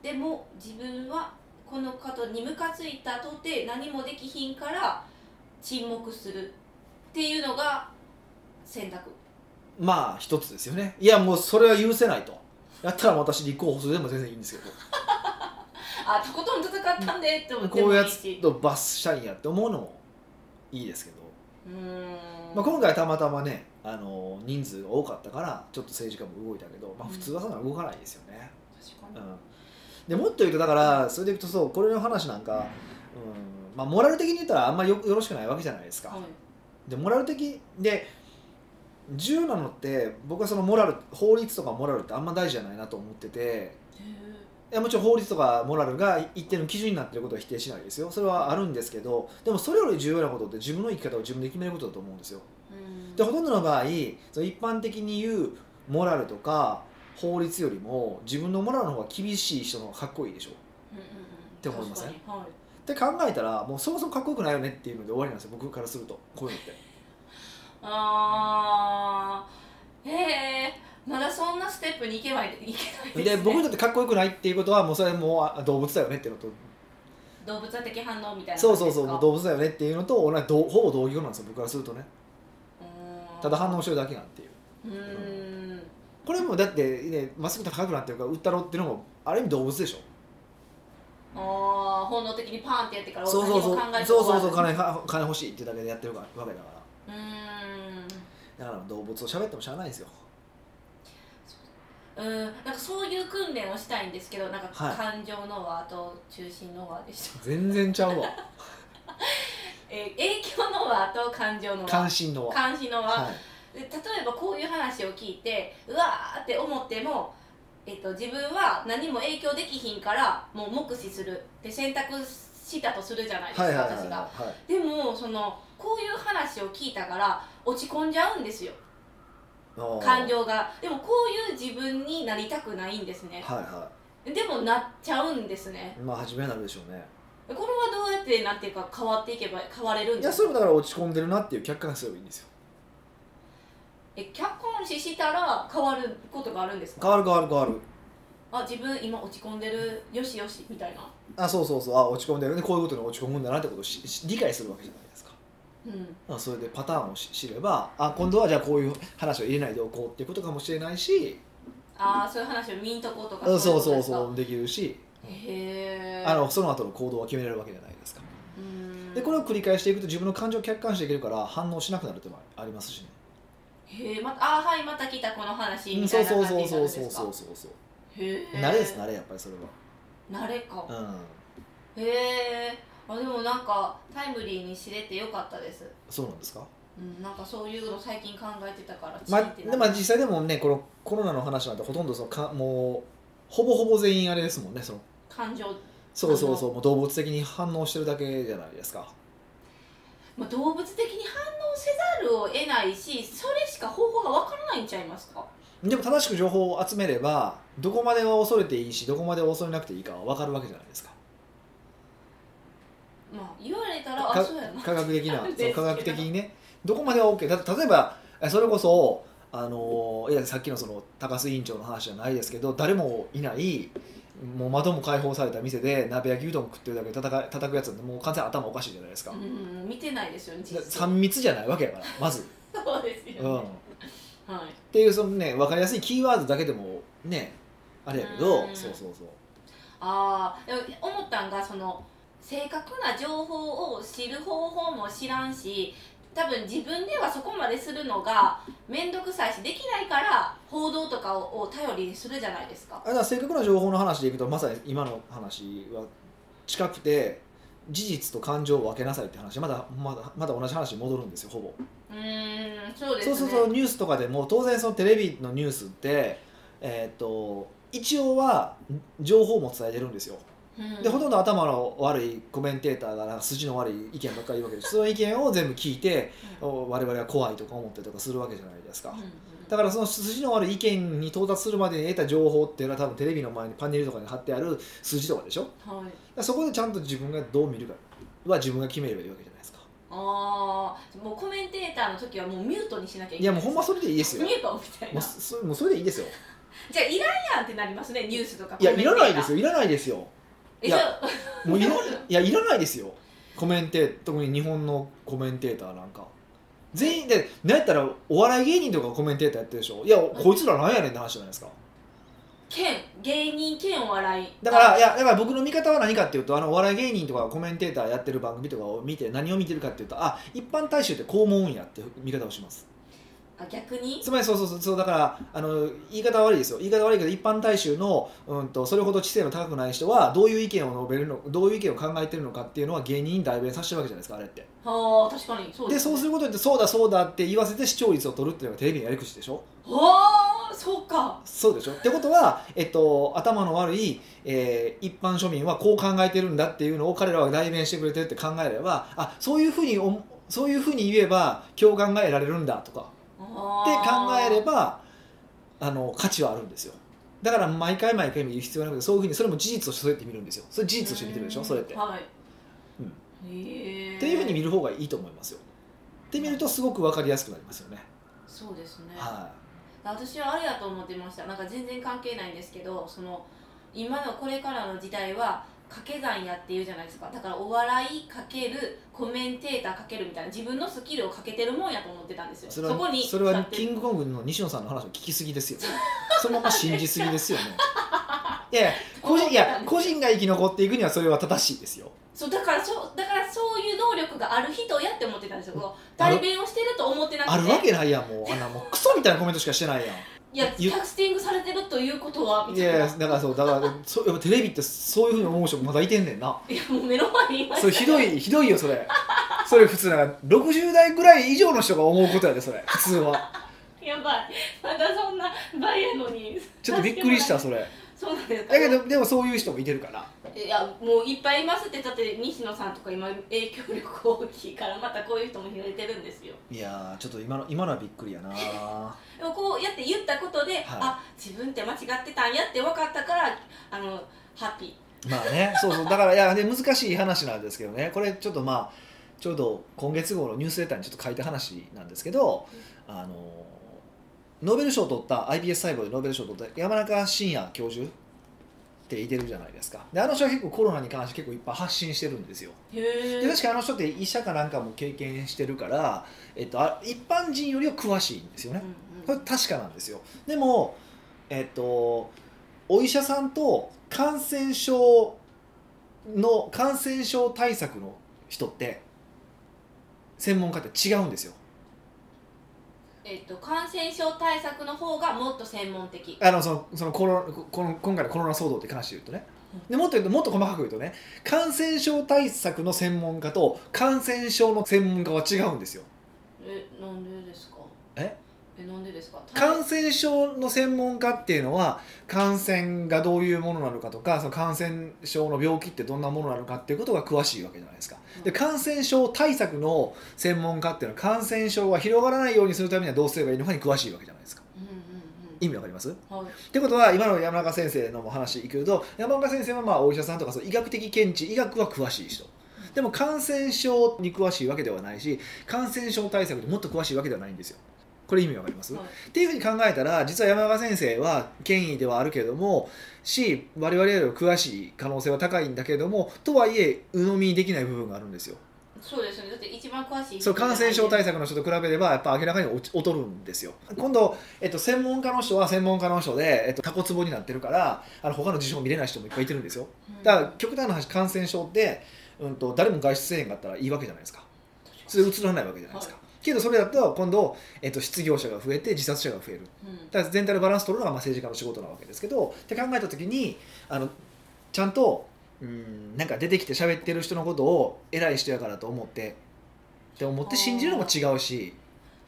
[SPEAKER 2] でも自分はこの方にムカついたとて何もできひんから沈黙するっていうのが選択
[SPEAKER 1] まあ一つですよねいやもうそれは許せないとやったら私立候補するでも全然いいんですけど
[SPEAKER 2] あとことん戦ったんでって思って
[SPEAKER 1] こうい
[SPEAKER 2] も
[SPEAKER 1] う
[SPEAKER 2] い
[SPEAKER 1] や
[SPEAKER 2] い
[SPEAKER 1] つ
[SPEAKER 2] し
[SPEAKER 1] と罰したいんやって思うのもいいですけど、
[SPEAKER 2] うーん
[SPEAKER 1] まあ、今回たまたまねあの人数が多かったからちょっと政治家も動いたけど、まあ、普通はそんな動かないですよね、
[SPEAKER 2] 確
[SPEAKER 1] う
[SPEAKER 2] か
[SPEAKER 1] ん、でもっと言うとだからそれでいくとそうこれの話なんか、うんまあ、モラル的に言ったらあんまりよよろしくないわけじゃないですか、
[SPEAKER 2] にはい
[SPEAKER 1] でモラル的で重要なのって僕はそのモラル法律とかモラルってあんま大事じゃないなと思ってて
[SPEAKER 2] へ
[SPEAKER 1] いやもちろん法律とかモラルが一定の基準になっていることは否定しないですよそれはあるんですけどでもそれより重要なことって自分の生き方を自分で決めることだと思うんですよ
[SPEAKER 2] ーうん
[SPEAKER 1] でほとんどの場合その一般的に言うモラルとか法律よりも自分のモラルの方が厳しい人の方がかっこいいでしょ
[SPEAKER 2] うんうんうん
[SPEAKER 1] て思いません
[SPEAKER 2] 確かにはい
[SPEAKER 1] って考えたらもうそもそもかっこよくないよねっていうので終わりなんですよ僕からするとこういうのって
[SPEAKER 2] あーへえまだそんなステップに行けないいけない [LAUGHS]
[SPEAKER 1] で僕に
[SPEAKER 2] ね
[SPEAKER 1] とってかっこよくないっていうことはもうそれはもうあ動物だよねっていうのと
[SPEAKER 2] 動物的反応みたいな
[SPEAKER 1] そうそうそうも
[SPEAKER 2] 感
[SPEAKER 1] う動物
[SPEAKER 2] じで
[SPEAKER 1] だよねっていうのと同じどうほぼ同義語なんですよ僕からするとね
[SPEAKER 2] すかうーん
[SPEAKER 1] ただ反応してるだけなんていう
[SPEAKER 2] うーん
[SPEAKER 1] これもだってねまっすぐ高くなってるから打ったろっていうのもある意味動物でしょ
[SPEAKER 2] あー本能的にパーンってやってから
[SPEAKER 1] そうそうそう
[SPEAKER 2] 何も考えて
[SPEAKER 1] そうそうそう
[SPEAKER 2] 終わ
[SPEAKER 1] 金か金欲しいってだけでやってるわけだから
[SPEAKER 2] るうーん
[SPEAKER 1] だから動物を喋ってもしゃあないんですよ
[SPEAKER 2] うーんなんかそういう訓練をしたいんですけどなんか
[SPEAKER 1] はい
[SPEAKER 2] 感情の輪と中心の輪で
[SPEAKER 1] [LAUGHS]
[SPEAKER 2] した、
[SPEAKER 1] 全然ちゃうわ
[SPEAKER 2] え影響の輪と感情の
[SPEAKER 1] 関
[SPEAKER 2] 輪
[SPEAKER 1] 心のは
[SPEAKER 2] 監視の輪、
[SPEAKER 1] は
[SPEAKER 2] で例えばこういう話を聞いてうわーって思っても、えっと、自分は何も影響できひんからもう目視するで選択したとするじゃないで
[SPEAKER 1] い
[SPEAKER 2] すか、
[SPEAKER 1] はいはいはい
[SPEAKER 2] 私が
[SPEAKER 1] はい
[SPEAKER 2] でもそのこういう話を聞いたから落ち込んじゃうんですよ
[SPEAKER 1] あー
[SPEAKER 2] 感情がでもこういう自分になりたくないんですね
[SPEAKER 1] はいは
[SPEAKER 2] でもなっちゃうんですね
[SPEAKER 1] いまあ初めはなるでしょうね
[SPEAKER 2] これはどうやってなんていうか変わっていけば変われるん
[SPEAKER 1] い
[SPEAKER 2] で
[SPEAKER 1] や
[SPEAKER 2] す
[SPEAKER 1] そ
[SPEAKER 2] か
[SPEAKER 1] れもだから落ち込んでるなっていう客観視すればいいんですよ
[SPEAKER 2] え客観視したら変わることがあるんですか
[SPEAKER 1] 変わる変わる変わる
[SPEAKER 2] あ自分今落ち込んでるよしよしみたいな
[SPEAKER 1] あそうそうそうあ落ち込んでるねこういうことに落ち込むんだなってことをしし理解するわけじゃないですか
[SPEAKER 2] うん
[SPEAKER 1] まあそれでパターンをし知ればあ今度はじゃあこういう話を入れないでおこうっていうことかもしれないし
[SPEAKER 2] ああそういう話を見んとことか
[SPEAKER 1] そうそうそ
[SPEAKER 2] い
[SPEAKER 1] う
[SPEAKER 2] ことですか
[SPEAKER 1] うできるし
[SPEAKER 2] へえ
[SPEAKER 1] あのその後の行動は決められるわけじゃないですか
[SPEAKER 2] うーん
[SPEAKER 1] でこれを繰り返していくと自分の感情を客観視できるから反応しなくなるってのもありますしね、
[SPEAKER 2] へえまたあーはいまた来たこの話
[SPEAKER 1] うん
[SPEAKER 2] みた
[SPEAKER 1] そ
[SPEAKER 2] いうな
[SPEAKER 1] そう
[SPEAKER 2] 感じ
[SPEAKER 1] そう
[SPEAKER 2] にな
[SPEAKER 1] そ
[SPEAKER 2] るん
[SPEAKER 1] うそう
[SPEAKER 2] です
[SPEAKER 1] そ
[SPEAKER 2] か
[SPEAKER 1] うそうそう
[SPEAKER 2] へえ
[SPEAKER 1] 慣れです慣れやっぱりそれ
[SPEAKER 2] 慣れか
[SPEAKER 1] はうん
[SPEAKER 2] へえあでもなんかタイムリーに知れてよかったです
[SPEAKER 1] そうなんですか
[SPEAKER 2] うんなんかそういうの最近考えてたから
[SPEAKER 1] ま
[SPEAKER 2] 知ってな
[SPEAKER 1] あ、
[SPEAKER 2] い
[SPEAKER 1] まあ実際でもねこのコロナの話なんてほとんどそのかもうほぼほぼ全員あれですもんねその
[SPEAKER 2] 感情、
[SPEAKER 1] そうそうそうもう動物的に反応してるだけじゃないですか
[SPEAKER 2] まあ、動物的に反応せざるを得ないしそれしか方法がわからないんちゃいますか
[SPEAKER 1] でも正しく情報を集めればどこまでは恐れていいしどこまでは恐れなくていいかは分かるわけじゃないですか
[SPEAKER 2] まあ言われたらあ
[SPEAKER 1] か
[SPEAKER 2] そうやな
[SPEAKER 1] 科学的な
[SPEAKER 2] です
[SPEAKER 1] そ
[SPEAKER 2] け
[SPEAKER 1] の科
[SPEAKER 2] ど
[SPEAKER 1] 学的にねどこまでは OK だ例えばえそれこそあのいやさっきのその高須委員長の話じゃないですけど誰もいないもう窓も開放された店で鍋焼きうどん食ってるだけで叩か叩くやつなんてもう完全に頭おかしいじゃないですか、
[SPEAKER 2] うん見てないですよね実
[SPEAKER 1] だ
[SPEAKER 2] 際
[SPEAKER 1] 3密じゃないわけやからまず、
[SPEAKER 2] そうですよ
[SPEAKER 1] うん、
[SPEAKER 2] ね
[SPEAKER 1] っ、
[SPEAKER 2] はい
[SPEAKER 1] ていうそのね分かりやすいキーワードだけでもねあれやけど
[SPEAKER 2] うん
[SPEAKER 1] そうそうそう
[SPEAKER 2] ああ思ったんがその正確な情報を知る方法も知らんし多分自分ではそこまでするのが面倒くさいしできないから報道とかをを頼りにするじゃないですか
[SPEAKER 1] あだから正確な情報の話でいくとまさに今の話は近くて事実と感情を分けなさいって話まだまだまだ同じ話に戻るんですよほぼ、
[SPEAKER 2] うーんそうです
[SPEAKER 1] そう
[SPEAKER 2] ね
[SPEAKER 1] そうそうニュースとかでも当然そのテレビのニュースってえーっと一応は情報も伝えてるんですよ
[SPEAKER 2] うん
[SPEAKER 1] でほとんど頭の悪いコメンテーターがなんか筋の悪い意見ばっかり言うわけですその意見を全部聞いて
[SPEAKER 2] うん
[SPEAKER 1] お我々は怖いとか思ったりとかするわけじゃないですか、
[SPEAKER 2] うん
[SPEAKER 1] だからその筋の悪い意見に到達するまでに得た情報っていうのは多分テレビの前にパネルとかに貼ってある数字とかでしょだか
[SPEAKER 2] はい
[SPEAKER 1] らそこでちゃんと自分がどう見るかは自分が決めればいいわけじゃないですか
[SPEAKER 2] ああもうコメンテーターの時はもうミュートにしなきゃい
[SPEAKER 1] い
[SPEAKER 2] けな
[SPEAKER 1] やも
[SPEAKER 2] い
[SPEAKER 1] うほんまそれでいいですよ
[SPEAKER 2] ミュートみたい
[SPEAKER 1] も
[SPEAKER 2] な
[SPEAKER 1] うそもうそれでいいですよ
[SPEAKER 2] じゃあいらんやんってなりますねニュースとか
[SPEAKER 1] いやいらないです
[SPEAKER 2] よ
[SPEAKER 1] よいらないですよ
[SPEAKER 2] え
[SPEAKER 1] い
[SPEAKER 2] じ
[SPEAKER 1] や
[SPEAKER 2] ゃあ
[SPEAKER 1] もういらいやいらないですよコメンテー特に日本のコメンテーターなんか全員でなんやったらお笑い芸人とかコメンテーターやってるでしょいやこいつらなんやねんって話じゃないですか
[SPEAKER 2] 兼芸人兼お笑い
[SPEAKER 1] だからいやだから僕の見方は何かっていうとあのお笑い芸人とかコメンテーターやってる番組とかを見て何を見てるかっていうとあ一般大衆ってこう思うんやって見方をします
[SPEAKER 2] あ逆に
[SPEAKER 1] つまりそうそうそうそうだからあの言い方は悪いですよ言い方は悪いけど一般大衆の、うん、とそれほど知性の高くない人はどういう意見を述べるのどういう意見を考えてるのかっていうのは芸人に代弁させてるわけじゃないですかあれって
[SPEAKER 2] はあ確かにそう
[SPEAKER 1] で
[SPEAKER 2] ね
[SPEAKER 1] そうすることによってそうだそうだって言わせて視聴率を取るっていうのがテレビのやり口でしょ
[SPEAKER 2] はあそうか
[SPEAKER 1] そうでしょってことは、えっと、頭の悪い、えー一般庶民はこう考えてるんだっていうのを彼らは代弁してくれてるって考えればあそういうふうにおそういうふうに言えば共感が得られるんだとかって考えれ
[SPEAKER 2] ば
[SPEAKER 1] ばあの価値はあるんですよだから毎回毎回見る必要はなくてそういうふうにそれも事実としてそうやって見るんですよそれ事実として見てるでしょそれって、
[SPEAKER 2] はい、
[SPEAKER 1] うん
[SPEAKER 2] へえ
[SPEAKER 1] っていうふうに見る方がいいと思いますよって見るとすごく分かりやすくなりますよね、
[SPEAKER 2] そうですね
[SPEAKER 1] はい
[SPEAKER 2] 私はあれやと思ってましたなんか全然関係ないんですけどその今のこれからの時代は掛け算やっていうじゃないですかだからお笑いかけるコメンテーターかけるみたいな自分のスキルをかけてるもんやと思ってたんですよ
[SPEAKER 1] そ
[SPEAKER 2] そ
[SPEAKER 1] れは
[SPEAKER 2] こに
[SPEAKER 1] それは
[SPEAKER 2] 立って
[SPEAKER 1] キングコングの西野さんの話を聞きすぎですよそのまま信じすぎです
[SPEAKER 2] [LAUGHS]
[SPEAKER 1] よねいやいや個人いや個人が生き残っていくにはそれは正しいですよ
[SPEAKER 2] そうだからそうだからそういう能力がある人やって思ってたんですよこう代弁をしてると思ってなくて
[SPEAKER 1] あるわけないやんもうあんなもうクソみたいなコメントしかしてないやん
[SPEAKER 2] いやキ
[SPEAKER 1] ゆ
[SPEAKER 2] ャスティングされてるということはいみた
[SPEAKER 1] や
[SPEAKER 2] い
[SPEAKER 1] い
[SPEAKER 2] な
[SPEAKER 1] やだからそうだからそうやっぱテレビってそういうふうに思う人まだいてんねんない
[SPEAKER 2] やもう目の前にいまし
[SPEAKER 1] それひどいひどいよそれそれ普通なんか60代ぐらい以上の人が思うことやでそれ普通は
[SPEAKER 2] たやばいまたそんな倍やのに
[SPEAKER 1] ちょっとびっくりしたそれ
[SPEAKER 2] そうなんですか
[SPEAKER 1] だけどでもそういう人もいてるから
[SPEAKER 2] いやもういっぱいいますってだって西野さんとか今影響力大きいからまたこういう人も拾えてるんですよ
[SPEAKER 1] いやーちょっと今の今のはびっくりやな
[SPEAKER 2] でもこうやって言ったことで、あ自分って間違ってたんやって分かったからあのハッピー
[SPEAKER 1] まあね、そうそう、だから、いや、で、難しい話なんですけどね、これちょっと、まあ。ちょうど今月号のニュースレターにちょっと書いた話なんですけど、あの。ノーベル賞を取った iPS 細胞でノーベル賞を取った山中伸也教授っていてるじゃないですかであの人は結構コロナに関して結構いっぱい発信してるんですよ
[SPEAKER 2] へ
[SPEAKER 1] で確かあの人って医者かなんかも経験してるから、えっと、あ一般人よりは詳しいんですよねこれ確かなんですよでもえっとお医者さんと感染症の感染症対策の人って専門家って違うんですよ
[SPEAKER 2] えっと、感染症対策の方がもっと専門的
[SPEAKER 1] あのそのそのコロこの今回のコロナ騒動って関して言うとねでもっと言うともっと細かく言うとね感染症対策の専門家と感染症の専門家は違うんですよ
[SPEAKER 2] えなんでですか
[SPEAKER 1] え
[SPEAKER 2] えなんでですか
[SPEAKER 1] 感染症の専門家っていうのは感染がどういうものなのかとかその感染症の病気ってどんなものなのかっていうことが詳しいわけじゃないですかで感染症対策の専門家っていうのは感染症が広がらないようにするためにはどうすればいいのかに詳しいわけじゃないですか
[SPEAKER 2] うん
[SPEAKER 1] 意味わかりますっ
[SPEAKER 2] うんうんはい
[SPEAKER 1] てことは今の山中先生のお話いくと山中先生はまあお医者さんとかそう医学的見地医学は詳しい人でも感染症に詳しいわけではないし感染症対策にもっと詳しいわけではないんですよこれ意味わかります、
[SPEAKER 2] はい
[SPEAKER 1] っていうふうに考えたら実は山中先生は権威ではあるけれどもし我々よりも詳しい可能性は高いんだけれどもとはいえ鵜呑みにできない部分があるんですよ
[SPEAKER 2] そうですよねだって一番詳しい
[SPEAKER 1] そう感染症対
[SPEAKER 2] 策
[SPEAKER 1] 策の人と比べればやっぱ明らかに落ち劣るんですよ今度、えっと、専門家の人は専門家の人で、えっと、タコツボになってるからあの他の事象見れない人もいっぱいいてるんですよだから極端な話感染症って、うん、と誰も外出せへんかったらいいわけじゃないですかそれ移らないわけじゃないですか、けどそれだと今度、えっと、失業者が増えて自殺者が増える
[SPEAKER 2] うん
[SPEAKER 1] だから全体のバランス取るのがまあ政治家の仕事なわけですけどって考えた時にあのちゃんとうんなんか出てきて喋ってる人のことを偉い人やからと思ってって思って信じるのも違うし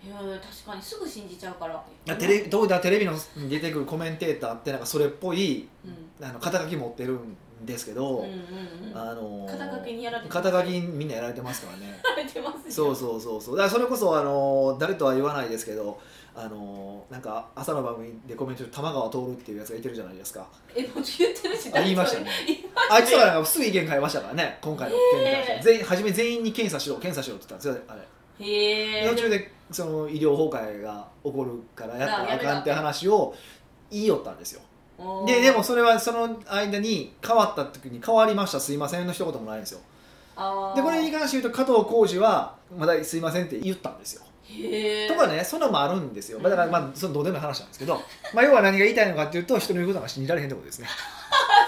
[SPEAKER 2] いや確かにすぐ信じちゃうから
[SPEAKER 1] あテレどうだテレビのに出てくるコメンテーターってなんかそれっぽい
[SPEAKER 2] うん
[SPEAKER 1] あの肩書き持ってるんですけど、
[SPEAKER 2] うんうんうん
[SPEAKER 1] あのー
[SPEAKER 2] 肩書きにやられてます
[SPEAKER 1] 肩書きにみんなやられてますからね。 [LAUGHS]
[SPEAKER 2] されてますよ
[SPEAKER 1] そうそうそうそうだからそれこそあの誰とは言わないですけどあのなんか朝の番組でコメントで玉川徹っていうやつがいてるじゃないですか
[SPEAKER 2] えもう言ってるし
[SPEAKER 1] あ言いましたねあいつらなんかすぐ意見変えましたからね今回の件に関して、
[SPEAKER 2] ええ
[SPEAKER 1] 全員初め全員に検査しろ検査しろって言ったんですよあれ、
[SPEAKER 2] へえ
[SPEAKER 1] 途中でその医療崩壊が起こるからやったら
[SPEAKER 2] あ
[SPEAKER 1] あ
[SPEAKER 2] やめた
[SPEAKER 1] かんって話を言いよったんですよででもそれはその間に変わった時に変わりましたすいませんの一言もないんですよでこれに関して言うと加藤浩次はまだすいませんって言ったんですよ
[SPEAKER 2] へえ
[SPEAKER 1] とかね、そんなのもあるんですよ。
[SPEAKER 2] うん
[SPEAKER 1] まあだから、まあ、そのどうでもいい話なんですけど、まあ、要は何が言いたいのかっていうと、人の言うことが信じられへんってことですね。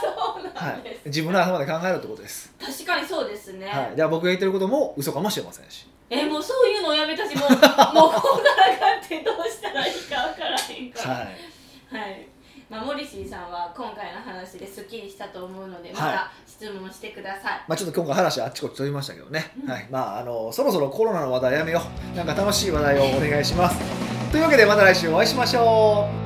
[SPEAKER 2] そう
[SPEAKER 1] は
[SPEAKER 2] なん [LAUGHS] で
[SPEAKER 1] い
[SPEAKER 2] す、
[SPEAKER 1] 自分の頭で考えろってことです。
[SPEAKER 2] 確かにそうですね、
[SPEAKER 1] はい、では、僕が言ってることも嘘かもしれませんし。
[SPEAKER 2] えもうそういうのをやめ
[SPEAKER 1] [LAUGHS]
[SPEAKER 2] たしもうもうこうならかってどうしたらいいかわからへんから
[SPEAKER 1] はい、
[SPEAKER 2] はい、まあ、モリシーさんは今回の話ですっきりしたと思うのでま
[SPEAKER 1] はい
[SPEAKER 2] た質問してください、
[SPEAKER 1] まあ、ちょっと今回話あっちこっち飛びましたけどね。
[SPEAKER 2] うん
[SPEAKER 1] はい、まあ、あの、そろそろコロナの話題やめよう。なんか楽しい話題をお願いします。というわけで、また来週お会いしましょう。